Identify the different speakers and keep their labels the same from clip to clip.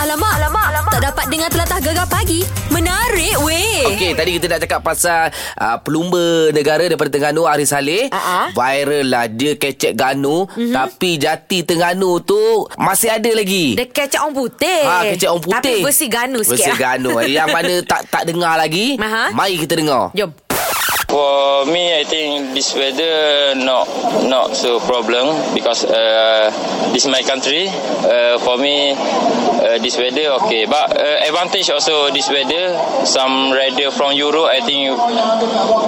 Speaker 1: alamak, alamak, alamak. Tak dapat dengar telatah gegar pagi. Menarik weh.
Speaker 2: Eh.
Speaker 3: Okey, tadi kita nak cakap pasal uh, pelumba negara daripada Terengganu Haris Saleh.
Speaker 2: Uh-huh.
Speaker 1: Ah, ah.
Speaker 3: Viral lah dia kecek Ganu
Speaker 2: Mhm.
Speaker 3: mm-hmm. tapi jati Terengganu tu masih ada lagi.
Speaker 2: Dia kecek orang putih.
Speaker 3: Ah, kecek orang putih.
Speaker 2: Eh, Tapi versi ganu sikit.
Speaker 3: Versi
Speaker 2: lah.
Speaker 3: Ganu. Eh, Yang mana tak tak dengar lagi.
Speaker 2: Aha.
Speaker 3: Mari kita dengar.
Speaker 2: Jom.
Speaker 4: For me, I think this weather not not so problem because uh, this my country. Uh, for me, uh, this weather okay. But uh, advantage also this weather. Some rider from Europe, I think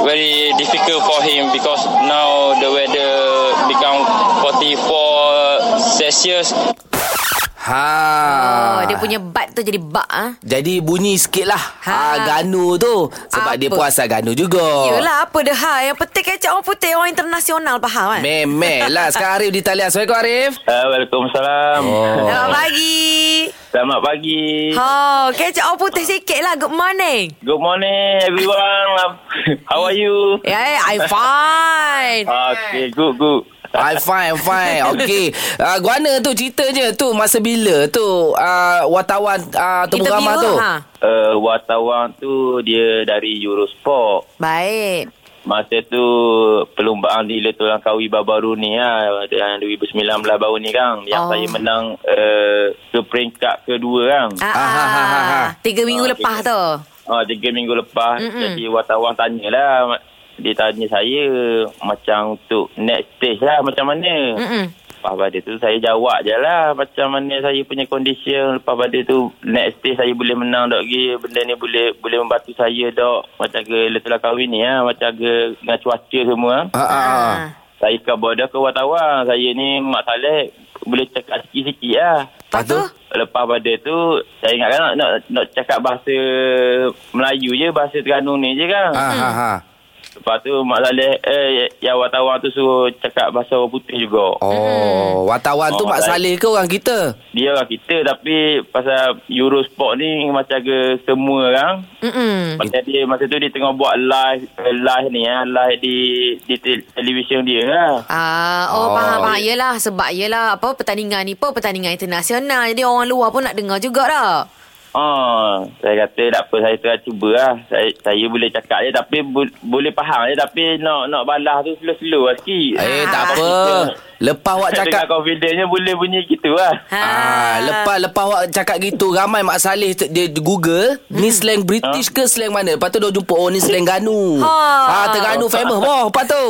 Speaker 4: very difficult for him because now the weather become 44 Celsius.
Speaker 3: Ha.
Speaker 2: Oh, dia punya bat tu jadi bak ah.
Speaker 3: Jadi bunyi sikit lah ha.
Speaker 2: Ha.
Speaker 3: ha Ganu tu
Speaker 2: Apa?
Speaker 3: Sebab dia pun asal Ganu juga
Speaker 2: Yelah apa dah ha Yang penting kecek orang putih Orang internasional faham kan
Speaker 3: Memel lah Sekarang Arif di talian Assalamualaikum Arif
Speaker 5: Uh, Waalaikumsalam.
Speaker 3: Oh.
Speaker 2: Selamat pagi
Speaker 5: Selamat pagi.
Speaker 2: Ha Kecek orang putih sikit lah Good morning
Speaker 5: Good morning everyone. How are you?
Speaker 2: Eh yeah, I fine
Speaker 3: Ah,
Speaker 5: Okay, good, good.
Speaker 3: I fine, I'm fine. Okey. Uh, Guana tu cerita je tu masa bila tu uh, wartawan uh, Tengku Ramah tu.
Speaker 2: ha.
Speaker 5: Uh, wartawan tu dia dari Eurosport.
Speaker 2: Baik
Speaker 5: Masa tu perlumbaan di Letulang Kawi baru ni lah. Dan 2019 baru ni kan. Yang
Speaker 2: Oh.
Speaker 5: oh. saya menang uh, ke peringkat kedua kan.
Speaker 2: ah,
Speaker 3: Ah, ha, ha, ha, ha.
Speaker 2: ah, Tiga minggu
Speaker 5: Ah,
Speaker 2: lepas
Speaker 5: tiga-
Speaker 2: tu
Speaker 5: Uh, tiga minggu
Speaker 2: Ah.
Speaker 5: lepas.
Speaker 2: Mm-mm.
Speaker 5: Mm-mm. Jadi wartawan tanyalah. Dia tanya saya macam untuk next stage lah macam mana.
Speaker 2: Mm-mm.
Speaker 5: Lepas pada tu saya jawab je lah macam mana saya punya condition. Lepas pada tu next day saya boleh menang dok gila. Benda ni boleh boleh membantu saya dok macam ke letulah kahwin ni ha. macam ke dengan cuaca semua. Ha.
Speaker 3: Ha ah. ah.
Speaker 2: Ah.
Speaker 5: Saya kabar dah ke wartawan. Saya ni Mak Saleh boleh cakap sikit-sikit lah.
Speaker 2: Lepas tu
Speaker 5: Lepas pada tu saya ingatkan nak, nak, nak cakap bahasa Melayu je, bahasa Terengganu ni je kan.
Speaker 3: Ha ha
Speaker 2: Hmm.
Speaker 3: ha.
Speaker 5: Lepas tu Mak Saleh eh, yang wartawan tu suruh cakap bahasa orang putih juga.
Speaker 2: Hmm.
Speaker 3: Oh, wartawan tu
Speaker 5: Oh,
Speaker 3: Mak
Speaker 5: baik.
Speaker 3: Saleh ke orang kita?
Speaker 5: dia orang kita tapi pasal Eurosport ni macam ke semua orang
Speaker 3: Mhm.
Speaker 2: Mm-mm.
Speaker 5: macam dia masa tu dia tengah buat live eh, live ni ah live di di te- televisyen dia lah.
Speaker 2: Ah, oh, oh
Speaker 3: Oh.
Speaker 2: faham faham Yelah sebab yelah apa pertandingan ni pun pertandingan internasional jadi orang luar pun nak dengar juga dah.
Speaker 5: Oh, saya kata tak apa saya try cuba lah. Saya, saya boleh cakap je tapi bu, boleh faham je tapi nak nak balas tu slow-slow lah sikit.
Speaker 2: Ah.
Speaker 3: Eh, tak apa. Lepas awak
Speaker 5: Cakap
Speaker 3: cakap
Speaker 5: confidentnya boleh bunyi gitu lah.
Speaker 2: Ha.
Speaker 3: Ah, lepas lepas awak cakap gitu ramai Mak Saleh tu- dia Google
Speaker 2: Hmm.
Speaker 3: ni slang British ke slang mana? Lepas tu dia jumpa oh ni slang Ganu.
Speaker 2: Ha.
Speaker 3: Ah, Terengganu famous boh lepas tu.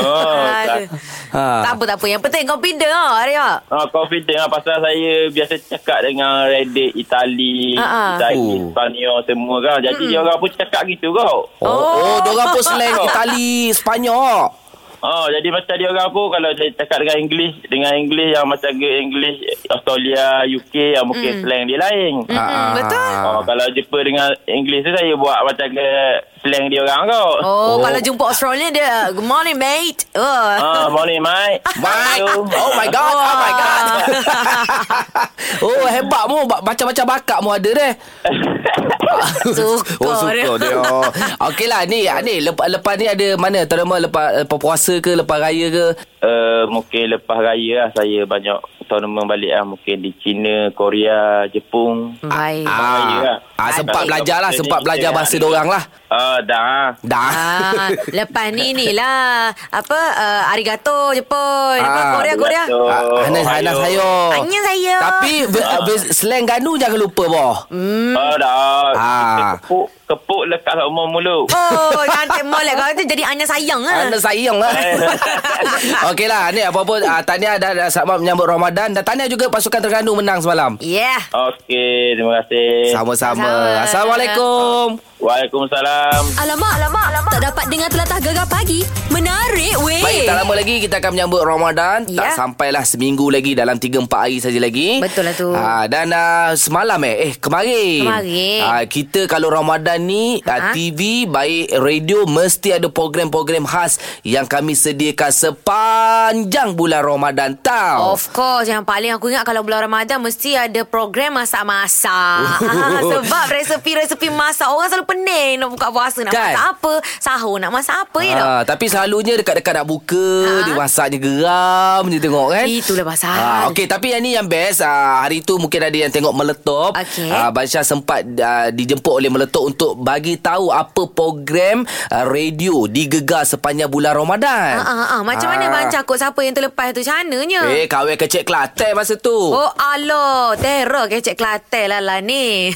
Speaker 5: oh, tak,
Speaker 2: Ah, Aduh. Tak
Speaker 3: Ha.
Speaker 2: apa tak apa yang penting confident ah Arya.
Speaker 5: Ah, confident lah pasal saya biasa cakap dengan Reddit, Itali,
Speaker 2: Ah, ah.
Speaker 5: Itali,
Speaker 3: Oh.
Speaker 5: Spanyol semua kan. Jadi dia orang pun cakap gitu kau.
Speaker 3: Oh, oh,
Speaker 2: Oh.
Speaker 3: dia orang pun slang Itali, Sepanyol.
Speaker 5: Oh, jadi macam dia orang pun kalau dia cakap dengan English, dengan English yang macam ke English Australia, UK yang mungkin slang dia lain.
Speaker 3: Mm, ah,
Speaker 2: betul.
Speaker 3: ah.
Speaker 5: Oh, kalau jumpa dengan English tu saya buat macam ke slang dia orang kau.
Speaker 2: Oh, oh, kalau jumpa Australia dia good morning mate. Oh.
Speaker 5: Ah, morning mate.
Speaker 3: My,
Speaker 5: Hello.
Speaker 3: oh my god, oh my god. oh hebat mu, Ba- macam-macam bakat mu ada deh.
Speaker 2: Suka
Speaker 3: oh suka
Speaker 2: dia.
Speaker 3: dia. Okey lah ni, ni lepas, lepas ni ada mana terima lepas, lepas puasa ke lepas raya ke?
Speaker 5: Uh, mungkin lepas raya lah saya banyak tournament balik lah. Mungkin di China, Korea, Jepung.
Speaker 2: Baik.
Speaker 5: Ah. raya lah.
Speaker 3: ah sempat
Speaker 5: Baik.
Speaker 3: belajar lah,
Speaker 5: Jadi
Speaker 3: sempat
Speaker 5: kita
Speaker 3: belajar
Speaker 5: nak-
Speaker 3: bahasa dorang lah.
Speaker 5: Ah, dah.
Speaker 3: Dah.
Speaker 2: Ah, lepas ni ni lah apa uh, arigato Jepun. Apa
Speaker 3: Ah,
Speaker 2: Korea Korea.
Speaker 5: Arigato.
Speaker 3: Ah, Hanas
Speaker 5: Ohio.
Speaker 3: Hanas saya.
Speaker 2: Hanya saya.
Speaker 3: Tapi ve- ve- slang Ganu jangan lupa boh.
Speaker 5: Oh, dah.
Speaker 3: Ah.
Speaker 5: Kepuk, kepuk lekat kat umur mulut.
Speaker 2: Oh, cantik molek kau tu jadi hanya sayang ah.
Speaker 3: Anda sayang lah Okey lah Ni apa-apa uh, Tahniah dah, dah sama menyambut Ramadan Dan tahniah juga pasukan Terengganu menang semalam
Speaker 2: Yeah.
Speaker 5: Okey, terima
Speaker 2: Eh,
Speaker 5: kasih.
Speaker 3: Sama-sama
Speaker 2: Sama-sama.
Speaker 3: Assalamualaikum
Speaker 2: Eh.
Speaker 5: Waalaikumsalam.
Speaker 1: Alamak, alamak, alamak. Tak dapat dengar telatah gegar pagi. Menarik weh.
Speaker 3: Baik, tak lama lagi kita akan menyambut Ramadan.
Speaker 2: Ya.
Speaker 3: Tak sampailah seminggu lagi dalam 3 4 hari saja lagi.
Speaker 2: Betul lah tu.
Speaker 3: Ha, dan uh, semalam eh eh kemarin.
Speaker 2: Kemarin.
Speaker 3: Ha, kita kalau Ramadan ni ha?
Speaker 2: Ha?
Speaker 3: TV baik radio mesti ada program-program khas yang kami sediakan sepanjang bulan Ramadan tau.
Speaker 2: Of course Yang paling aku ingat Kalau bulan
Speaker 3: Oh.
Speaker 2: Ramadan Mesti ada program masak-masak Sebab resepi-resepi masak Orang selalu pening nak buka puasa nak
Speaker 3: Kan?
Speaker 2: masak apa, sahur nak masak apa ya tak?
Speaker 3: Ha, tapi selalunya dekat-dekat nak buka,
Speaker 2: Ha.
Speaker 3: dia masaknya geram je tengok kan.
Speaker 2: Itulah pasal.
Speaker 3: Ha, Okey, tapi yang ni yang best. Ha, hari tu mungkin ada yang tengok meletop.
Speaker 2: Okey.
Speaker 3: Ha, Bansyah sempat ha, dijemput oleh meletop untuk bagi tahu apa program ha, radio digegar sepanjang bulan
Speaker 2: Ha
Speaker 3: Ramadan.
Speaker 2: ah, ah. macam mana Abang Cakut siapa yang terlepas tu macam mananya?
Speaker 3: Eh, kawin kecil Kelantan masa tu.
Speaker 2: Oh alo, terror kecek Kelantan lah lah ni.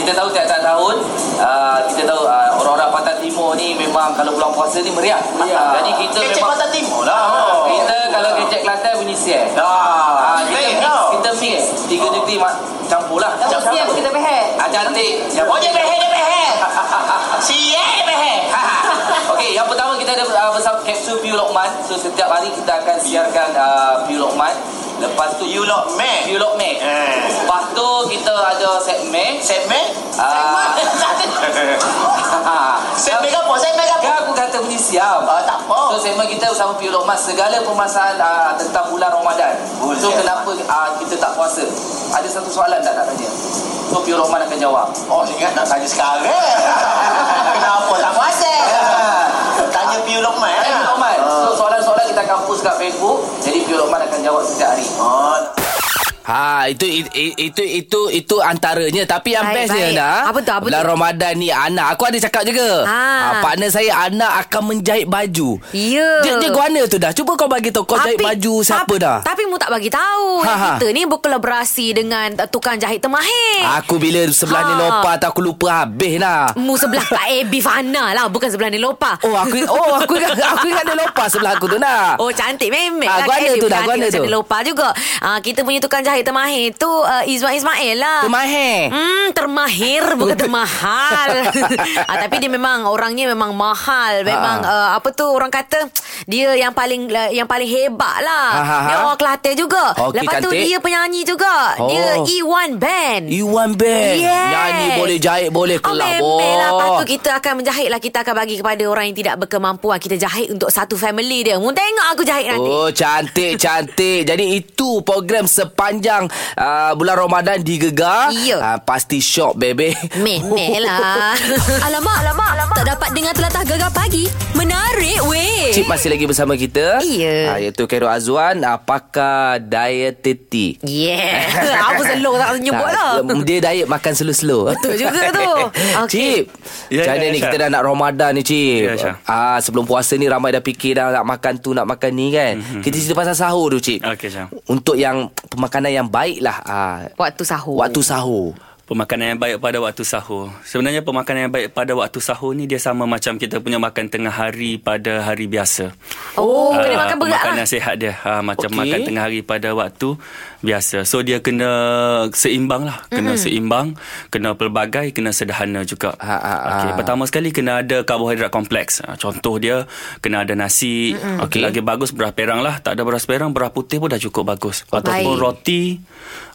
Speaker 3: Kita tahu tiap-tiap tahun uh, Kita tahu uh, orang-orang Pantai Timur ni Memang kalau bulan puasa ni meriah
Speaker 6: Meriah.
Speaker 3: Jadi kita
Speaker 6: Kecek
Speaker 3: memang
Speaker 6: Pantai Timur lah.
Speaker 3: Ah, Kita kalau kecek Kelantan bunyi sial
Speaker 6: Dah.
Speaker 3: Ah, kita,
Speaker 6: Baik,
Speaker 3: mix,
Speaker 6: tau.
Speaker 3: kita mix Tiga negeri mak, campur lah
Speaker 6: Campur. Siap,
Speaker 3: kita beher ah, Cantik
Speaker 6: Oh, dia behel, dia behel. Si eh, dia behel.
Speaker 3: Okey, yang pertama kita ada uh, bersama kapsul Piu Lokman So setiap hari kita akan siarkan uh, Piu Lokman Lepas tu
Speaker 6: You lot man.
Speaker 3: Piu Lokman
Speaker 6: Eh.
Speaker 3: Lepas tu kita ada segmen
Speaker 6: Segmen?
Speaker 3: Ah.
Speaker 6: Segmen? Segmen
Speaker 3: Segmen
Speaker 6: apa? Segmen apa?
Speaker 3: Kan aku kata bunyi siam
Speaker 6: Ah, tak apa.
Speaker 3: So segmen kita bersama Piu Lokman Segala permasalahan uh, tentang bulan Ramadan
Speaker 6: Boleh.
Speaker 2: ya.
Speaker 3: So kenapa uh, kita tak puasa Ada satu soalan tak nak tanya So Piu Lokman akan jawab
Speaker 6: Oh, ingat nak tanya sekarang. Kenapa tak puasa? Tanya Piu Lokman.
Speaker 2: Ya.
Speaker 6: eh?
Speaker 3: Piu Lokman
Speaker 2: Ah.
Speaker 3: So soalan-soalan kita akan post kat Facebook Jadi Piu Lokman akan jawab setiap hari
Speaker 6: Oh,
Speaker 3: Ha itu i- i- itu itu itu antaranya tapi yang
Speaker 2: Baik,
Speaker 3: bestnya
Speaker 2: baik.
Speaker 3: dah.
Speaker 2: Apa tu, apa
Speaker 3: bulan
Speaker 2: tu?
Speaker 3: Ramadan ni Ana aku ada cakap juga.
Speaker 2: Ha.
Speaker 3: Ah, partner saya Ana akan menjahit baju.
Speaker 2: Ya.
Speaker 3: Dia dia guana tu dah. Cuba kau bagi tahu kau jahit baju siapa
Speaker 2: tapi,
Speaker 3: dah.
Speaker 2: Tapi mu tak bagi tahu.
Speaker 3: Ha, ha.
Speaker 2: Kita ni berkolaborasi dengan uh, tukang jahit termahir.
Speaker 3: Aku bila sebelah ni
Speaker 2: Eh. Ha.
Speaker 3: lompah tu aku lupa habis lah.
Speaker 2: Mu sebelah Kak AB Fana lah Bukan sebelah Nelopa
Speaker 3: Oh aku oh aku ingat aku ingat dia lompah sebelah aku tu dah.
Speaker 2: Oh cantik memek
Speaker 3: Ah,
Speaker 2: lah
Speaker 3: guana
Speaker 2: Kak AB
Speaker 3: tu dah,
Speaker 2: cantik
Speaker 3: guana
Speaker 2: macam
Speaker 3: tu.
Speaker 2: Nelopa juga ah, Kita punya tukang jahit termahir tu uh, Izwan Ismail lah
Speaker 3: Termahir.
Speaker 2: Hmm, termahir bukan termahal. ah, tapi dia memang orangnya memang mahal. Memang
Speaker 3: Ha.
Speaker 2: uh, apa tu orang kata dia yang paling uh, yang paling hebat lah.
Speaker 3: Ha, ha,
Speaker 2: Dia
Speaker 3: ha.
Speaker 2: orang Kelantan juga.
Speaker 3: Okey,
Speaker 2: Lepas tu
Speaker 3: cantik.
Speaker 2: dia penyanyi juga. Dia
Speaker 3: Oh.
Speaker 2: E1 band.
Speaker 3: Iwan Bang.
Speaker 2: Yes.
Speaker 3: Nyanyi boleh jahit boleh
Speaker 2: Oh,
Speaker 3: kelab.
Speaker 2: memel lah. Lepas tu
Speaker 3: Oh.
Speaker 2: kita akan menjahit lah. Kita akan bagi kepada orang yang tidak berkemampuan. Kita jahit untuk satu family dia. Mu tengok aku jahit nanti.
Speaker 3: Oh cantik cantik. Jadi itu program sepanjang uh, bulan Ramadan digegar.
Speaker 2: Ya.
Speaker 3: Ah, pasti syok bebe.
Speaker 2: Memel lah.
Speaker 1: Alamak, alamak, alamak. Tak dapat dengar telatah gegar pagi. Menarik weh.
Speaker 3: Cik masih lagi bersama kita.
Speaker 2: Ya.
Speaker 3: Ah, iaitu Khairul Azwan, ah, pakar dietetik.
Speaker 2: Yeah. Apa selong tak nyebut lah.
Speaker 3: Tak, Dia diet makan slow-slow
Speaker 2: Betul juga tu.
Speaker 3: Cip
Speaker 2: Okey.
Speaker 3: yeah,
Speaker 7: Ya,
Speaker 3: Macam
Speaker 7: ya,
Speaker 3: mana
Speaker 7: ya,
Speaker 3: ni
Speaker 7: Syah.
Speaker 3: Kita dah nak Ramadan ni Cip
Speaker 7: Ya, Syah.
Speaker 3: ah, Sebelum puasa ni Ramai dah fikir dah Nak makan tu Nak makan ni kan Kita cerita pasal sahur tu Cip
Speaker 7: Mhm, Okey, Syah.
Speaker 3: Untuk yang Pemakanan yang baik lah ah,
Speaker 2: Waktu sahur.
Speaker 3: Waktu sahur
Speaker 7: Pemakanan yang baik pada waktu sahur. Sebenarnya pemakanan yang baik pada waktu sahur ni dia sama macam kita punya makan tengah hari pada hari biasa.
Speaker 2: Oh, kena
Speaker 7: Ah,
Speaker 2: makan berat
Speaker 7: Makanan
Speaker 2: lah.
Speaker 7: sihat dia. Ha,
Speaker 3: Okey.
Speaker 7: macam okay. makan tengah hari pada waktu biasa. So dia kena seimbang lah. Kena mm-hmm. seimbang, kena pelbagai, kena sederhana juga.
Speaker 3: Ha,
Speaker 2: Ah,
Speaker 3: ha, ha.
Speaker 7: Okey, pertama sekali kena ada karbohidrat kompleks. Ha, contoh dia kena ada nasi.
Speaker 3: Okey.
Speaker 7: Mm-hmm. Okey, lagi bagus beras perang lah. Tak ada beras perang, beras putih pun dah cukup bagus. Ataupun
Speaker 2: Oh, Baik.
Speaker 7: roti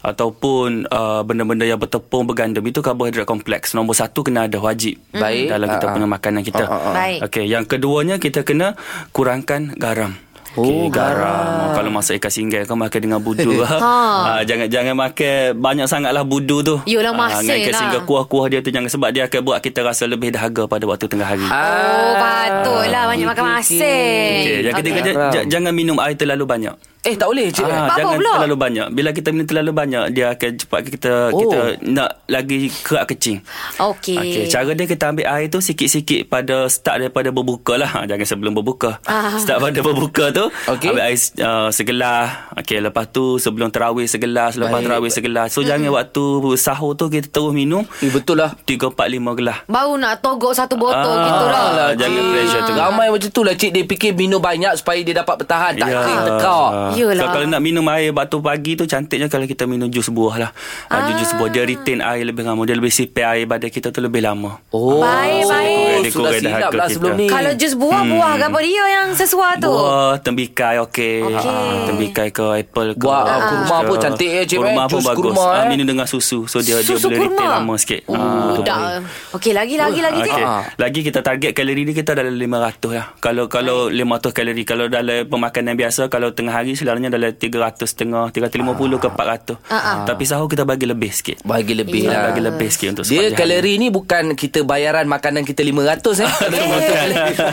Speaker 7: ataupun uh, benda-benda yang bertepung bergandum itu karbohidrat kompleks. Nombor satu kena ada wajib
Speaker 3: Baik.
Speaker 7: dalam kita
Speaker 3: Ha, ha.
Speaker 7: punya makanan kita.
Speaker 3: Ha, ha,
Speaker 2: ha. Baik.
Speaker 7: Okey, yang keduanya kita kena kurangkan garam.
Speaker 3: Oh,
Speaker 7: Okey, garam. Kalau masak ikan singgah kau makan dengan budu. ha. jangan jangan makan banyak sangatlah budu tu.
Speaker 2: Yolah,
Speaker 7: Ah, dengan
Speaker 2: masin
Speaker 7: ikan
Speaker 2: lah.
Speaker 7: singgah kuah-kuah dia tu jangan sebab dia akan buat kita rasa lebih dahaga pada waktu tengah hari.
Speaker 2: Oh, patutlah banyak makan
Speaker 3: okey,
Speaker 2: masin.
Speaker 7: Okey, yang ketiga
Speaker 3: Okey.
Speaker 7: j- j- jangan minum air terlalu banyak.
Speaker 3: Eh tak boleh Cip
Speaker 7: Ah,
Speaker 2: Apa
Speaker 7: jangan
Speaker 2: pula?
Speaker 7: terlalu banyak. Bila kita minum terlalu banyak, dia akan cepat kita
Speaker 3: Oh.
Speaker 7: oh. kita nak lagi kerak kecing.
Speaker 2: Okey.
Speaker 7: Okey, cara dia kita ambil air tu sikit-sikit pada start daripada berbuka lah. Ha, Jangan sebelum berbuka.
Speaker 2: Ah.
Speaker 7: Start pada berbuka tu,
Speaker 3: Okey.
Speaker 7: okay. ambil air uh, segelas. Okey, lepas tu sebelum terawih segelas, lepas
Speaker 3: Baik.
Speaker 7: terawih segelas. So jangan waktu sahur tu kita terus minum
Speaker 3: Eh betul lah
Speaker 7: 3 4 5 gelas.
Speaker 2: Baru nak togok satu botol
Speaker 7: Ah,
Speaker 2: gitu lah.
Speaker 7: lah, jangan
Speaker 3: Cik.
Speaker 7: pressure tu.
Speaker 3: Ramai macam tu lah Cik Dia fikir minum banyak Supaya dia dapat bertahan Tak
Speaker 7: Ya.
Speaker 3: yeah. tekak
Speaker 7: So
Speaker 2: Yelah.
Speaker 7: kalau nak minum air batu pagi tu cantiknya kalau kita minum jus buah lah. Ah. Jus buah dia retain air lebih lama. Dia lebih sipir air badan kita tu lebih lama.
Speaker 3: Oh
Speaker 2: Baik, baik.
Speaker 7: Dia
Speaker 3: Sudah
Speaker 7: kurang dahaga
Speaker 3: silap lah
Speaker 7: kita.
Speaker 3: sebelum ni
Speaker 2: Kalau jus buah-buah hmm. ke apa dia yang sesuai tu?
Speaker 7: Buah, tembikai okey.
Speaker 2: Okey.
Speaker 7: Ah, tembikai ke apple ke.
Speaker 3: Buah,
Speaker 7: apple
Speaker 3: kurma
Speaker 7: ke.
Speaker 3: pun cantik eh, cik,
Speaker 7: Kurma
Speaker 3: eh.
Speaker 7: pun
Speaker 3: Jus
Speaker 7: bagus.
Speaker 3: kurma,
Speaker 7: Ah,
Speaker 3: eh.
Speaker 7: minum dengan susu. So dia
Speaker 2: Susu
Speaker 7: dia boleh retain
Speaker 2: kurma?
Speaker 7: lama sikit. Ah.
Speaker 2: Oh,
Speaker 7: tu
Speaker 2: dah.
Speaker 7: baik.
Speaker 2: Okey, lagi lagi lagi
Speaker 7: Okey.
Speaker 2: okay.
Speaker 3: Ah.
Speaker 7: Lagi kita target ya. kalori dia kita dalam 500 lah. Kalau kalau 500 kalori. Kalau dalam pemakanan biasa kalau tengah hari 500 selalunya dalam 300 setengah 350 ke 400
Speaker 2: Ah,
Speaker 7: tapi sahur kita bagi lebih sikit
Speaker 3: Bagi lebih
Speaker 7: Kita
Speaker 3: lah
Speaker 7: bagi lebih sikit untuk
Speaker 3: Dia
Speaker 7: sepanjang hari.
Speaker 3: kalori ni bukan kita bayaran makanan kita 500 eh.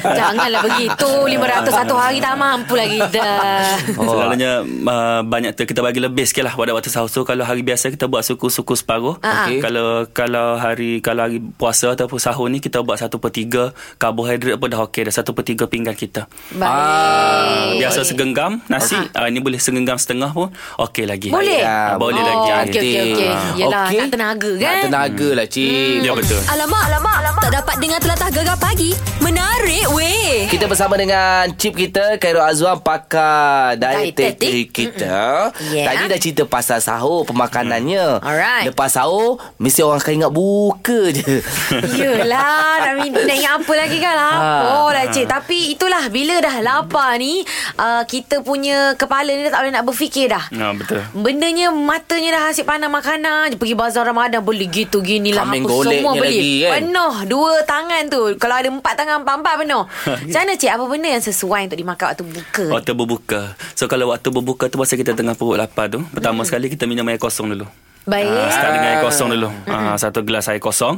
Speaker 2: Janganlah begitu 500 satu hari tak mampu lagi dah
Speaker 7: Oh. Selalunya uh, banyak tu kita bagi lebih sikit lah pada waktu sahur. So kalau hari biasa kita buat suku-suku separuh.
Speaker 2: Ah, ah.
Speaker 3: Okey.
Speaker 7: Kalau kalau hari kalau hari puasa ataupun sahur ni kita buat 1 per 3 karbohidrat pun dah okey dah 1 per 3 pinggan kita.
Speaker 2: Baik
Speaker 7: Ah, Biasa segenggam nasi. Ah. ni boleh segenggam setengah pun okey lagi.
Speaker 2: Boleh?
Speaker 3: Ya,
Speaker 7: Ah, boleh
Speaker 2: Oh,
Speaker 7: lagi.
Speaker 2: okey, okey, okey. Yelah, nak tenaga,
Speaker 3: Nak
Speaker 2: kan?
Speaker 3: tenaga lah cik.
Speaker 7: Ya betul.
Speaker 1: Alamak, alamak, alamak. Tak dapat dengar telatah gegar pagi. Menarik weh.
Speaker 3: Kita bersama dengan chip kita Khairul Azwan pakar dietetik
Speaker 2: Dietetik.
Speaker 3: kita.
Speaker 2: Yeah.
Speaker 3: Tadi dah cerita pasal sahur pemakanannya.
Speaker 2: Alright.
Speaker 3: Lepas sahur mesti orang akan ingat buka je.
Speaker 2: Yelah Nak min- nak ingat apa lagi kan
Speaker 7: Ah.
Speaker 2: Lapar lah cik Tapi itulah Bila dah lapar ni uh, Kita punya Kepala ni dah tak boleh nak berfikir dah
Speaker 7: Ya betul.
Speaker 2: Bendanya Matanya dah asyik pandang makanan je Pergi bazar Ramadan Beli gitu gini lah
Speaker 3: Kambing
Speaker 2: Apa
Speaker 3: goleknya
Speaker 2: semua beli
Speaker 3: lagi, kan?
Speaker 2: Penuh Dua tangan tu Kalau ada empat tangan Empat-empat penuh Macam mana cik Apa benda yang sesuai Untuk dimakan waktu buka
Speaker 7: Waktu berbuka. So kalau waktu berbuka tu masa kita tengah perut lapar tu,
Speaker 2: Hmm.
Speaker 7: pertama sekali kita minum air kosong dulu. Ah,
Speaker 2: Baik Mm-hmm.
Speaker 7: start dengan air kosong dulu. Ah, satu gelas air kosong.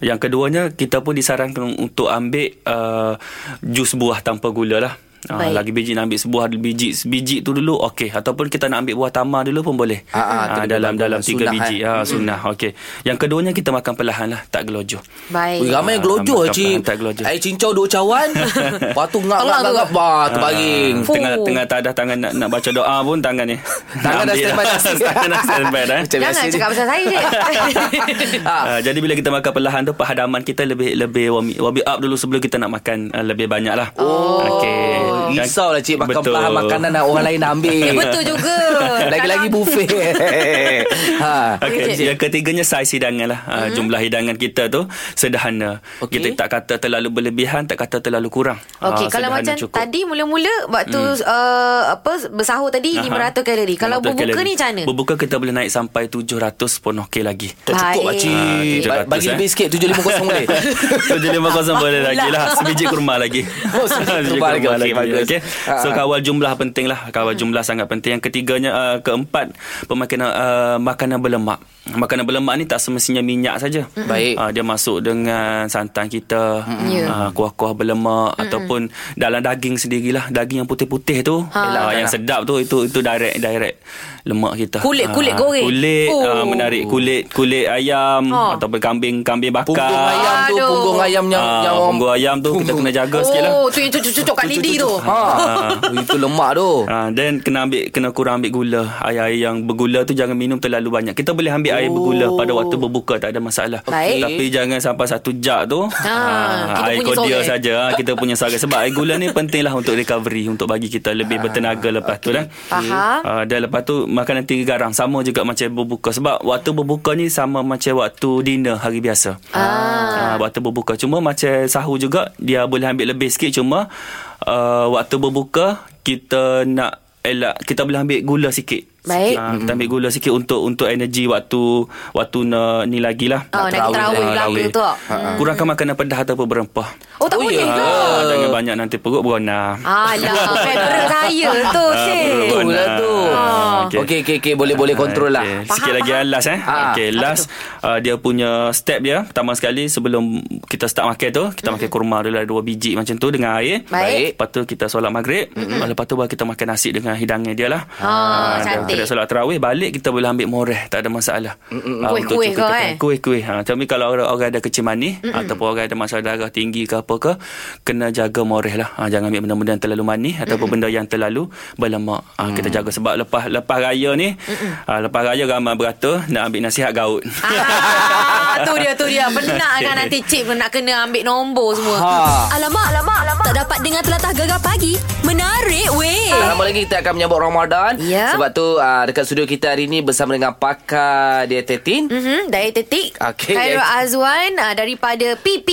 Speaker 7: Yang keduanya kita pun disarankan untuk ambil uh, jus buah tanpa gula lah. Ah,
Speaker 2: Baik.
Speaker 7: lagi biji nak ambil sebuah biji biji tu dulu okey ataupun kita nak ambil buah tamar dulu pun boleh.
Speaker 3: Ah, ah, tu
Speaker 7: Ah,
Speaker 3: lebih
Speaker 7: dalam
Speaker 3: bagus.
Speaker 7: dalam tiga
Speaker 3: Sunnah,
Speaker 7: biji
Speaker 3: eh?
Speaker 7: ah sunnah okey. Yang keduanya kita makan perlahan lah tak gelojoh.
Speaker 2: Baik
Speaker 3: Ui, ramai yang
Speaker 7: Ah,
Speaker 3: gelojoh
Speaker 7: makan
Speaker 3: cik.
Speaker 7: pantai gelojoh.
Speaker 3: Air cincau dua cawan. Lepas tu ngap ngap
Speaker 2: Tolak tu.
Speaker 3: ngap bah terbaring.
Speaker 2: Fuh.
Speaker 7: Ah, Tengah tengah tak ada tangan nak, nak baca doa pun tangan ni. lah.
Speaker 3: Tangan dah standby dah.
Speaker 7: Tangan dah standby dah. eh.
Speaker 3: Macam
Speaker 2: Jangan
Speaker 3: biasa
Speaker 2: cakap
Speaker 3: je.
Speaker 2: pasal saya cik
Speaker 7: Ah. Uh, jadi bila kita makan perlahan tu Perhadaman kita lebih Lebih warm, warm it up dulu Sebelum kita nak makan uh, Lebih banyak lah Oh okay.
Speaker 3: Risau lah cik makan perlahan makanan yang orang lain nak ambil.
Speaker 2: Betul juga
Speaker 3: Lagi-lagi
Speaker 2: Kalau-
Speaker 3: buffet. ha.
Speaker 7: Okay.
Speaker 2: Okey, cik.
Speaker 7: Yang ketiganya saiz hidangan lah uh, Jumlah hidangan kita tu Sederhana
Speaker 3: Okey.
Speaker 7: okay. Kita tak kata terlalu berlebihan Tak kata terlalu kurang
Speaker 2: Okey,
Speaker 7: Ah,
Speaker 2: kalau
Speaker 7: sederhana
Speaker 2: macam cukup. tadi mula-mula waktu hmm. uh, apa bersahur tadi
Speaker 7: Aha.
Speaker 2: 500 kalori. Kalau
Speaker 7: 500
Speaker 2: berbuka
Speaker 7: kalori.
Speaker 2: ni macam mana?
Speaker 7: Berbuka kita boleh naik sampai 700 pun okey lagi
Speaker 3: Tak cukup lah
Speaker 2: Baik.
Speaker 3: cik.
Speaker 7: Ah, tujuh ratus,
Speaker 3: Bagi
Speaker 7: eh.
Speaker 3: lebih sikit 750 boleh.
Speaker 7: 750 boleh lagi lah Sebiji kurma lagi
Speaker 3: Oh, sebiji kurma lagi. Okey, bagus. Hmm.
Speaker 7: okay. So
Speaker 3: Ha.
Speaker 7: kawal jumlah penting lah Kawal jumlah sangat penting Yang ketiganya uh, Keempat Pemakanan uh, Makanan berlemak Makanan berlemak ni Tak semestinya minyak saja
Speaker 3: Hmm. Baik. Hmm.
Speaker 7: uh, Dia masuk dengan Santan kita
Speaker 2: Ya.
Speaker 7: uh, Kuah-kuah berlemak Ataupun Dalam daging sendirilah Daging yang putih-putih tu
Speaker 3: Yelah,
Speaker 7: uh, Yang
Speaker 3: tak
Speaker 7: sedap tu Itu itu direct direct Lemak kita
Speaker 2: Kulit-kulit
Speaker 7: Ah,
Speaker 2: goreng.
Speaker 7: Kulit uh,
Speaker 2: Oh.
Speaker 7: Menarik kulit Kulit ayam
Speaker 2: Ha.
Speaker 7: Ataupun kambing Kambing bakar
Speaker 3: Punggung ayam tu,
Speaker 2: Aduh.
Speaker 3: punggung ayam yang,
Speaker 7: Ah,
Speaker 3: yang
Speaker 7: punggung ayam tu kita kena jaga
Speaker 2: oh,
Speaker 7: sikit lah.
Speaker 2: tu yang cucuk-cucuk kat lidi tu.
Speaker 3: Ha. Itu lemak tu.
Speaker 7: Ah, then kena ambil kena kurang ambil gula. Air-air yang bergula tu jangan minum terlalu banyak. Kita boleh ambil air bergula pada waktu berbuka tak ada masalah.
Speaker 2: Oh. Baik.
Speaker 7: Tapi jangan sampai satu jak tu. ah,
Speaker 2: kita
Speaker 7: air
Speaker 2: punya
Speaker 7: kodia
Speaker 2: sorang.
Speaker 7: saja ah, kita punya sangat sebab air gula ni pentinglah untuk recovery untuk bagi kita lebih bertenaga lepas tu kan.
Speaker 2: Ah, Faham.
Speaker 7: Ah, dan lepas tu makanan tinggi garam sama juga macam berbuka sebab waktu berbuka ni sama macam waktu dinner hari biasa. Ah. waktu berbuka cuma macam sahur juga dia boleh ambil lebih sikit cuma uh, waktu berbuka kita nak elak kita boleh ambil gula sikit.
Speaker 2: Baik.
Speaker 7: Ah, kita ambil gula sikit untuk untuk energi waktu waktu na, ni lagi lah.
Speaker 2: Oh, nak
Speaker 7: terawih.
Speaker 2: terawih
Speaker 7: Ah,
Speaker 2: belaka
Speaker 7: terawih.
Speaker 2: tu.
Speaker 7: Kurangkan makanan pedas ataupun berempah.
Speaker 2: Hmm. Oh, tak
Speaker 3: Oh,
Speaker 2: boleh
Speaker 3: ya.
Speaker 2: ke?
Speaker 7: Ah, jangan banyak nanti perut beranak.
Speaker 2: Alah, kamera saya tu, cik.
Speaker 7: betul.
Speaker 3: Tu lah tu.
Speaker 7: Ah, okey. Ah,
Speaker 3: Okey, okey, okey. Boleh, boleh kontrol lah.
Speaker 7: Okay.
Speaker 2: Faham,
Speaker 7: Sikit lagi
Speaker 2: faham. Ha.
Speaker 7: alas eh.
Speaker 3: Ah.
Speaker 7: Okey, last uh, dia punya step dia pertama sekali sebelum kita start makan tu, kita makan kurma dulu ada dua biji macam tu dengan air.
Speaker 2: Mhm. Baik. Mhm.
Speaker 7: Lepas tu kita solat maghrib, mm-hmm. lepas tu baru kita makan nasi dengan hidangan dia lah.
Speaker 2: Ah,
Speaker 7: dan
Speaker 2: cantik.
Speaker 7: Kita solat tarawih balik kita boleh ambil moreh, tak ada masalah. Ah,
Speaker 2: Kuih-
Speaker 7: untuk
Speaker 2: kuih
Speaker 7: cukup
Speaker 2: ke,
Speaker 7: kita-
Speaker 2: eh?
Speaker 7: Kuih-kuih. Ha, tapi kalau orang, orang ada kecil manis ataupun orang ada masalah darah tinggi ke apa ke, kena jaga moreh lah. Ha, jangan ambil benda-benda yang terlalu manis ataupun benda yang terlalu berlemak.
Speaker 2: Mm.
Speaker 7: Ha, kita jaga sebab lepas lepas raya ni, ha, lepas raya ramai berata nak ambil nasihat gaut.
Speaker 2: Ah, tu dia, tu dia. Penat kan nanti cik nak kena ambil nombor semua.
Speaker 3: Ha.
Speaker 1: Alamak, alamak, alamak. Tak dapat dengar telatah gegar pagi. Menarik weh.
Speaker 3: Lama lagi kita akan menyambut Ramadan
Speaker 2: Ya.
Speaker 3: Sebab tu uh, dekat studio kita hari ini bersama dengan pakar dietetin.
Speaker 2: Mm-hmm, dietetik
Speaker 3: Okey,
Speaker 2: Khairul
Speaker 3: diet-
Speaker 2: Azwan uh, daripada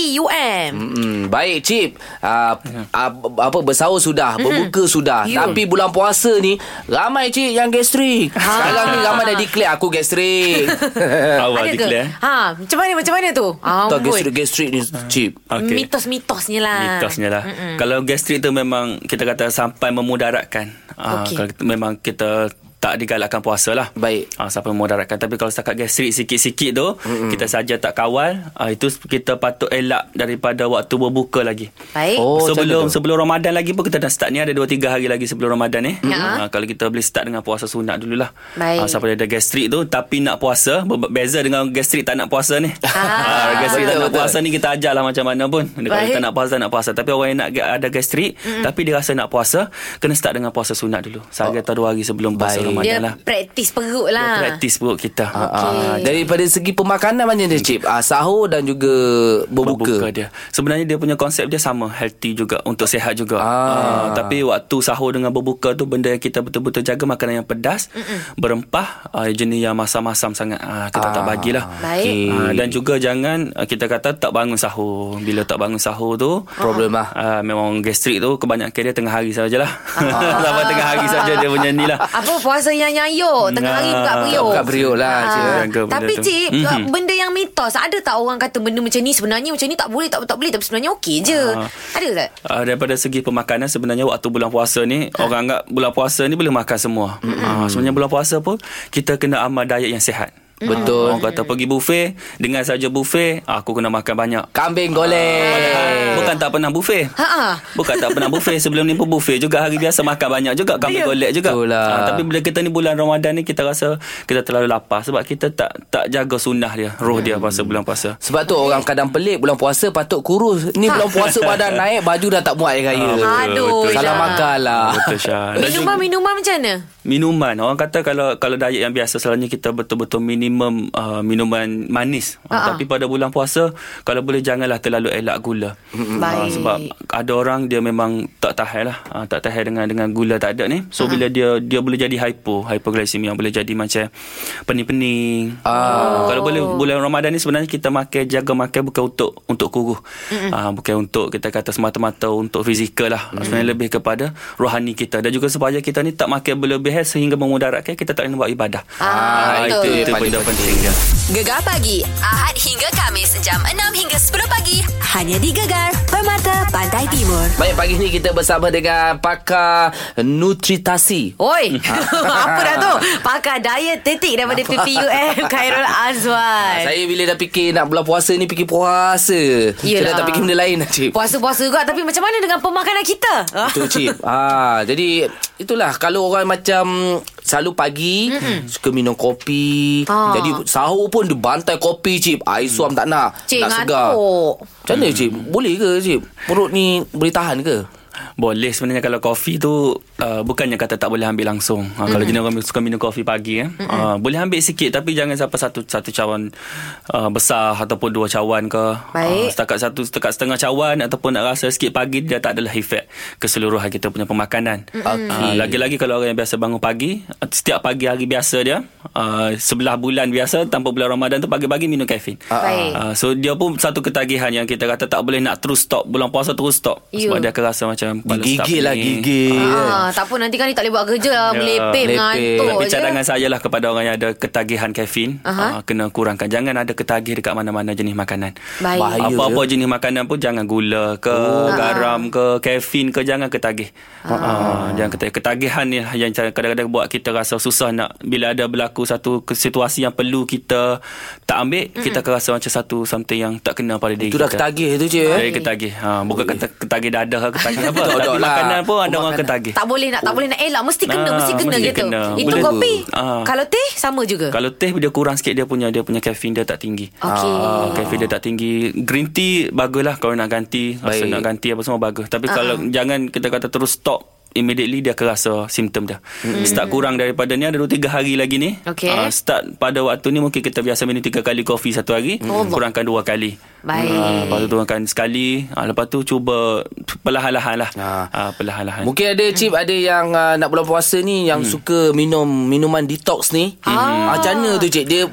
Speaker 2: PPUM.
Speaker 3: Hmm, baik Cip. Uh,
Speaker 7: Ya.
Speaker 3: uh, apa bersaur sudah, berbuka sudah.
Speaker 2: You. Ha.
Speaker 3: Tapi bulan puasa ni ramai Cip yang gastrik. Sekarang ni ramai dah declare aku gastrik.
Speaker 7: Awal
Speaker 2: Ada ke?
Speaker 7: declare.
Speaker 2: Ha, macam mana macam mana tu?
Speaker 3: Tak
Speaker 2: Amboi.
Speaker 3: gastrik-gastrik ni
Speaker 7: Ha.
Speaker 3: Cip.
Speaker 7: Okey.
Speaker 2: Mitos-mitosnya lah.
Speaker 7: Mitosnya lah Kalau gastrik tu memang Kita kata sampai memudaratkan Ah,
Speaker 2: Okey.
Speaker 7: Kalau kita, memang kita tak digalakkan puasa lah
Speaker 3: Baik.
Speaker 7: ha, Sampai memudaratkan Tapi kalau setakat gastrik sikit-sikit tu mm Kita saja tak kawal ha, Itu kita patut elak Daripada waktu berbuka lagi
Speaker 2: Baik.
Speaker 3: Oh,
Speaker 7: Oh,
Speaker 3: macam
Speaker 7: sebelum
Speaker 3: mana tu?
Speaker 7: sebelum Ramadan lagi pun kita dah start ni ada 2 3 hari lagi sebelum Ramadan ni.
Speaker 2: Ya.
Speaker 7: Ha, kalau kita boleh start dengan puasa sunat dululah.
Speaker 2: Baik.
Speaker 7: Ha, sampai ada gastrik tu tapi nak puasa ber- beza dengan gastrik tak nak puasa ni.
Speaker 2: Ah.
Speaker 7: ha, gastrik tak
Speaker 3: Betul,
Speaker 7: nak
Speaker 3: betul.
Speaker 7: puasa ni kita ajar lah macam mana pun. Dia Kalau
Speaker 2: Baik. Hmm.
Speaker 7: kita nak puasa tak nak puasa tapi orang yang nak ga- ada gastrik mm tapi dia rasa nak puasa kena start dengan puasa sunat dulu. Sehari atau 2 hari sebelum puasa
Speaker 3: Oh. Baik.
Speaker 7: Ramadan
Speaker 2: Dia
Speaker 7: lah.
Speaker 2: praktis perut lah.
Speaker 7: Praktis perut kita.
Speaker 3: Ah, ah. Daripada segi pemakanan macam dia Cip? Uh, sahur dan juga berbuka.
Speaker 7: berbuka dia. Sebenarnya dia punya konsep dia sama, healthy juga untuk sihat juga.
Speaker 3: Ah.
Speaker 7: Ah. tapi waktu sahur dengan berbuka tu benda yang kita betul-betul jaga makanan yang pedas, Mm-mm. berempah, uh, jenis yang masam-masam sangat uh, kita ah. tak bagilah.
Speaker 2: Baik.
Speaker 7: Ah, dan juga jangan ah, kita kata tak bangun sahur. Bila tak bangun sahur tu
Speaker 3: Problem lah.
Speaker 7: ah, memang gastrik tu kebanyakan dia tengah hari sajalah. Sampai tengah hari saja dia punya ni lah.
Speaker 2: Apa puasa yang nyayuk Tengah hari buka
Speaker 7: Nah.
Speaker 2: periuk
Speaker 3: Buka periuk lah, cik.
Speaker 7: Jaga benda
Speaker 2: Tapi
Speaker 7: tu.
Speaker 2: cik uh,
Speaker 7: Mhm.
Speaker 2: Benda yang mitos Ada tak orang kata Benda macam ni sebenarnya Macam ni tak boleh Tak, tak boleh Tapi sebenarnya okey je
Speaker 7: Ah.
Speaker 2: Ada tak?
Speaker 7: Uh, daripada segi pemakanan sebenarnya waktu bulan puasa ni orang anggap bulan puasa ni boleh makan semua. Mm-hmm. Uh, sebenarnya bulan puasa pun kita kena amal diet yang sihat.
Speaker 3: Betul.
Speaker 7: Ah, orang kata pergi buffet, dengar saja buffet, ah, aku kena makan banyak.
Speaker 3: Kambing
Speaker 2: Ah.
Speaker 3: golek.
Speaker 7: Bukan tak pernah buffet.
Speaker 2: Ha-ha.
Speaker 7: Bukan tak pernah buffet Sebelum ni pun buffet juga Hari biasa makan banyak juga Kami golek juga
Speaker 3: Betul lah.
Speaker 7: Ah, Tapi bila kita ni bulan Ramadan ni Kita rasa Kita terlalu lapar Sebab kita tak tak jaga sunnah dia Roh dia
Speaker 3: Hmm.
Speaker 7: puasa bulan puasa
Speaker 3: Sebab tu orang kadang pelik bulan puasa patut kurus. Ni
Speaker 2: Ha.
Speaker 3: bulan puasa badan naik baju dah tak muat raya.
Speaker 2: Ah, Aduh,
Speaker 3: Salah
Speaker 2: Syah.
Speaker 3: makan lah.
Speaker 7: Betul Syah Dan juga-
Speaker 2: Minuman-minuman macam mana?
Speaker 7: Minuman Orang kata kalau kalau diet yang biasa Selalunya kita betul-betul minimum uh, Minuman manis
Speaker 2: Ah, ah.
Speaker 7: uh, Tapi pada bulan puasa Kalau boleh janganlah terlalu elak gula
Speaker 2: Baik.
Speaker 7: Ah, Sebab ada orang dia memang tak tahan lah uh, Tak tahan dengan dengan gula tak ada ni
Speaker 2: Ah,
Speaker 7: So uh-huh. bila dia dia boleh jadi hypo Hypoglycemia Boleh jadi macam pening-pening uh, Kalau boleh
Speaker 2: Oh.
Speaker 7: bulan Ramadan ni sebenarnya kita makan Jaga makan bukan untuk untuk kuruh uh, Bukan untuk kita kata semata-mata Untuk fizikal lah Sebenarnya lebih kepada rohani kita Dan juga supaya kita ni tak makan berlebihan Sehingga memudaratkan kita tak kena buat ibadah
Speaker 2: Ah,
Speaker 7: Ah,
Speaker 2: betul.
Speaker 7: Itu, itu
Speaker 3: Paling
Speaker 7: benda penting ya. dia
Speaker 1: Gegar pagi Ahad hingga Kamis Jam 6 hingga 10 pagi Hanya di Gegar Permata Pantai Timur
Speaker 3: Baik, pagi ni kita bersama dengan pakar nutritasi.
Speaker 2: Oi Apa dah tu Pakar dietetik Daripada PPUM Khairul Azwan
Speaker 3: Ah, Saya bila dah fikir nak bulan puasa ni fikir puasa. Saya
Speaker 2: Yelah.
Speaker 3: dah tak fikir benda lain dah, Cip.
Speaker 2: Puasa-puasa juga Tapi macam mana dengan pemakanan kita? Ah.
Speaker 3: Tu Cip. ha, jadi itulah kalau orang macam selalu pagi mm suka minum kopi.
Speaker 2: Ah.
Speaker 3: Jadi sahur pun dia bantai kopi Cip. Air suam tak nak.
Speaker 2: Cik
Speaker 3: tak segar.
Speaker 2: ngantuk
Speaker 3: Macam mana Cip? Boleh ke Cip? Perut ni boleh tahan ke?
Speaker 7: Boleh sebenarnya kalau kopi tu uh, bukannya kata tak boleh ambil langsung. Uh, Kalau jenis orang suka minum kopi pagi eh. Uh, boleh ambil sikit tapi jangan sampai satu satu cawan uh, besar ataupun dua cawan ke.
Speaker 2: Baik.
Speaker 7: Uh, setakat satu setakat setengah cawan ataupun nak rasa sikit pagi dia tak adalah efek keseluruhan kita punya pemakanan.
Speaker 3: Okey.
Speaker 7: Uh, lagi-lagi kalau orang yang biasa bangun pagi, uh, setiap pagi hari biasa dia uh, sebelah bulan biasa tanpa bulan Ramadan tu pagi-pagi minum kaifin.
Speaker 2: Baik
Speaker 7: Uh, so dia pun satu ketagihan yang kita kata tak boleh nak terus stop bulan puasa terus stop
Speaker 2: You.
Speaker 7: sebab dia akan rasa macam kepala
Speaker 3: Gigil
Speaker 7: start
Speaker 3: lah,
Speaker 7: pening.
Speaker 3: gigil.
Speaker 2: Ah, tak apa nanti kan dia tak boleh buat kerja lah
Speaker 7: Ya,
Speaker 2: Melepeh
Speaker 3: melepeh.
Speaker 2: mengantuk
Speaker 7: Tapi
Speaker 2: je.
Speaker 7: cadangan saya lah kepada orang yang ada ketagihan kaifin
Speaker 2: Oh, ya? Aha.
Speaker 7: uh, kena kurangkan jangan ada ketagih dekat mana-mana jenis makanan.
Speaker 2: Baik.
Speaker 3: Bahaya ya?
Speaker 7: Apa-apa jenis makanan pun jangan gula ke oh. garam ke kaifin ke jangan ketagih. Ah. jangan ketagih. Ketagihan ni lah yang kadang-kadang buat kita rasa susah nak bila ada berlaku satu ke- situasi yang perlu kita tak ambil mm kita akan rasa macam satu something yang tak kena pada diri
Speaker 3: Itu dah
Speaker 7: kita.
Speaker 3: ketagih tu Cip.
Speaker 7: Dari ketagih. Ha, bukan kata ketagih dadah ke ketagih apa.
Speaker 3: Tak, tak
Speaker 7: Tapi
Speaker 3: lah.
Speaker 7: makanan pun ada orang
Speaker 3: Makanan.
Speaker 7: ketagih.
Speaker 2: Tak boleh nak Tak boleh nak elak Mesti kena
Speaker 7: Ah,
Speaker 2: Mesti kena
Speaker 7: mesti
Speaker 2: gitu
Speaker 7: kena.
Speaker 2: Itu
Speaker 7: Boleh.
Speaker 2: kopi
Speaker 7: Ah.
Speaker 2: Kalau teh sama juga
Speaker 7: Kalau teh dia kurang sikit dia punya dia punya caffeine dia tak tinggi.
Speaker 2: Okey.
Speaker 7: Ah, caffeine dia tak tinggi. Green tea baguslah kalau nak ganti,
Speaker 3: Baik.
Speaker 7: rasa nak ganti apa semua bagus. Tapi kalau jangan kita kata terus stop immediately dia akan rasa simptom dia. Hmm. Start kurang daripada ni ada 2 3 hari lagi ni.
Speaker 2: Okey.
Speaker 7: Ah, start pada waktu ni mungkin kita biasa minum 3 kali kopi satu hari, hmm. kurangkan 2 kali.
Speaker 2: Baik.
Speaker 7: Ah, lepas tu kurangkan sekali, ah, lepas tu cuba perlahan-lahan lah.
Speaker 3: Ah.
Speaker 7: Ah, perlahan-lahan.
Speaker 3: Mungkin ada cip ada yang uh, nak bulan puasa ni yang hmm. suka minum minuman detox ni. Ah. Macam mana tu cik? Dia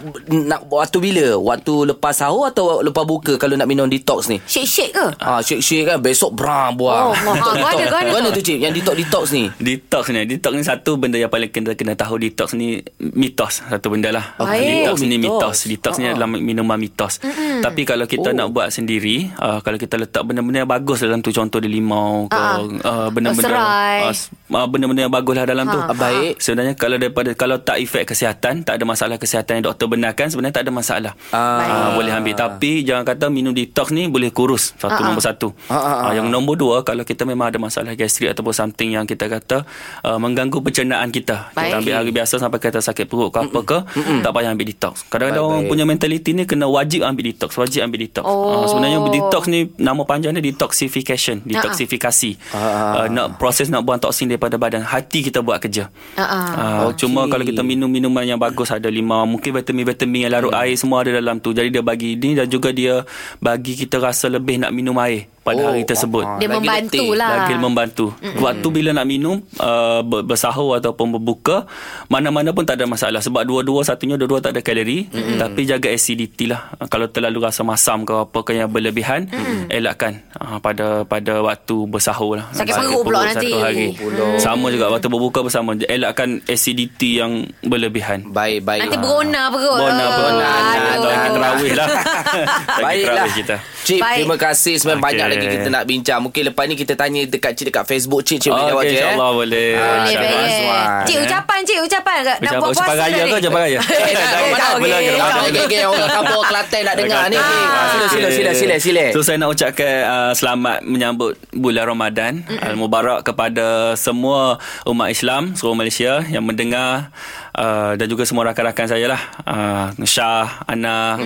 Speaker 3: nak waktu bila? Waktu lepas sahur atau lepas buka kalau nak minum detox ni?
Speaker 2: Shake-shake ke?
Speaker 3: Ah, shake-shake kan besok berang
Speaker 2: Oh,
Speaker 3: buang.
Speaker 2: ha, ha, gua ada, gua ada.
Speaker 3: Mana tu cip yang detox-detox ni?
Speaker 7: Detox ni Detox ni satu benda yang paling kena kena tahu Detox ni mitos Satu benda lah
Speaker 3: Okey.
Speaker 7: Detox ni
Speaker 3: Oh, Mitos.
Speaker 7: mitos Detox ni adalah minuman mitos Tapi kalau kita
Speaker 3: Oh.
Speaker 7: nak buat sendiri uh, Kalau kita letak benda-benda yang bagus dalam tu Contoh di limau ke,
Speaker 2: Ah.
Speaker 3: Oh,
Speaker 7: uh, Benda-benda
Speaker 2: Serai.
Speaker 7: uh, s- uh, Benda-benda yang bagus lah dalam tu
Speaker 3: Ah, baik.
Speaker 7: Sebenarnya kalau daripada Kalau tak efek kesihatan Tak ada masalah kesihatan yang doktor benarkan Sebenarnya tak ada masalah
Speaker 3: Ah.
Speaker 7: Ah, Boleh ambil Tapi jangan kata minum detox ni Boleh kurus Satu nombor satu
Speaker 3: Ah, ah,
Speaker 7: Ah, Yang nombor dua Kalau kita memang ada masalah gastrik Ataupun something yang kita kata uh, Mengganggu pencernaan kita Kita
Speaker 2: Baik.
Speaker 7: ambil hari biasa Sampai kita sakit perut ke apa ke Tak payah ambil detox Kadang-kadang
Speaker 3: Baik,
Speaker 7: orang
Speaker 3: baik.
Speaker 7: punya mentality ni Kena wajib ambil detox Wajib ambil detox
Speaker 2: Oh.
Speaker 7: Ah, Sebenarnya detox ni Nama panjang dia detoxification Detoxifikasi
Speaker 3: Ah,
Speaker 7: uh, Nak proses nak buang toksin daripada badan Hati kita buat kerja
Speaker 2: Ah, ah.
Speaker 7: Ah,
Speaker 3: Okey.
Speaker 7: Cuma kalau kita minum minuman yang bagus ada limau, mungkin vitamin-vitamin yang larut air semua ada dalam tu. Jadi dia bagi ini dan juga dia bagi kita rasa lebih nak minum air pada
Speaker 3: Oh,
Speaker 7: hari tersebut.
Speaker 3: ah, ah.
Speaker 2: Dia
Speaker 3: Lagi
Speaker 2: membantu
Speaker 3: letih.
Speaker 2: lah.
Speaker 7: Lagi membantu. Waktu bila nak minum uh, ber- bersahur ataupun berbuka, mana-mana pun tak ada masalah sebab dua-dua satunya dua-dua tak ada kalori, tapi jaga acidity lah. Ah, Kalau terlalu rasa masam ke apa ke yang berlebihan, elakkan ah, pada pada waktu bersahur lah.
Speaker 2: Sakit perut pula nanti.
Speaker 7: Satu hari.
Speaker 3: Pula.
Speaker 7: Sama juga waktu berbuka bersama elakkan acidity yang berlebihan.
Speaker 3: Baik-baik.
Speaker 2: Nanti berona perut.
Speaker 7: Bona
Speaker 2: Oh,
Speaker 7: bona.
Speaker 2: aduh.
Speaker 7: Tak kita terawih lah. Tak kita
Speaker 3: Baiklah
Speaker 7: terawih kita.
Speaker 3: Cik
Speaker 2: Baik.
Speaker 3: Baik. terima kasih Sebenarnya okay.
Speaker 7: Okey.
Speaker 3: banyak lagi kita nak bincang Mungkin lepas ni kita tanya Dekat Cik dekat Facebook Cik Cik boleh
Speaker 7: Oh, Okey,
Speaker 3: jawab je eh?
Speaker 7: insyaAllah boleh.
Speaker 3: Ah,
Speaker 2: Boleh,
Speaker 3: Syahwan
Speaker 2: boleh.
Speaker 3: Azwan.
Speaker 2: Cik, ucapan, cik, ucapan. Nak
Speaker 7: eh. Ucapan-
Speaker 2: buat puasa
Speaker 7: ucapan raya
Speaker 2: ni.
Speaker 7: ke ucapan raya?
Speaker 3: Eh, nak
Speaker 7: Dah,
Speaker 3: mana
Speaker 7: dah,
Speaker 3: nak
Speaker 7: boleh.
Speaker 3: belanja? Mana nak geng orang kampung Kelantan nak dengar ni? Ah, Sila, sila, sila, sila, sila.
Speaker 7: So saya nak ucapkan uh, selamat menyambut bulan Ramadan Al-Mubarak kepada semua umat Islam seluruh Malaysia yang mendengar uh, dan juga semua rakan-rakan saya lah. Uh, Syah, Ana,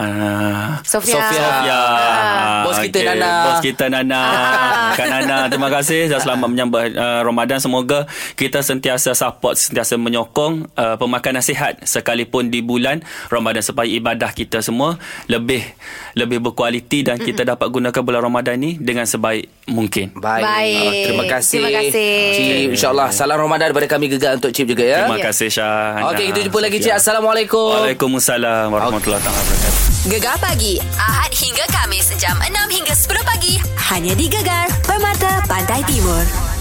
Speaker 7: uh,
Speaker 2: Sofia.
Speaker 3: Sofia.
Speaker 7: Ya.
Speaker 3: Ah. Bos kita,
Speaker 7: okey.
Speaker 3: Nana. Ah.
Speaker 7: Bos kita Nana. Kak Nana, terima kasih dah selamat menyambut uh, Ramadan. Semoga kita sentiasa support, sentiasa menyokong uh, pemakanan sihat sekalipun di bulan Ramadan supaya ibadah kita semua lebih lebih berkualiti dan kita dapat gunakan bulan Ramadan ni dengan sebaik mungkin.
Speaker 3: Baik.
Speaker 2: Baik.
Speaker 3: Ah, Terima kasih.
Speaker 2: Terima kasih.
Speaker 3: Cik, insyaAllah. Salam Ramadan daripada kami gegar untuk Cik juga ya.
Speaker 7: Terima kasih Syah.
Speaker 3: Okey, kita jumpa lagi Cik.
Speaker 7: Sofia.
Speaker 3: Assalamualaikum.
Speaker 7: Waalaikumsalam warahmatullahi taala wabarakatuh.
Speaker 1: Gegar pagi Ahad hingga Kamis jam 6 hingga 10 pagi hanya di Gegar Permata Pantai Timur.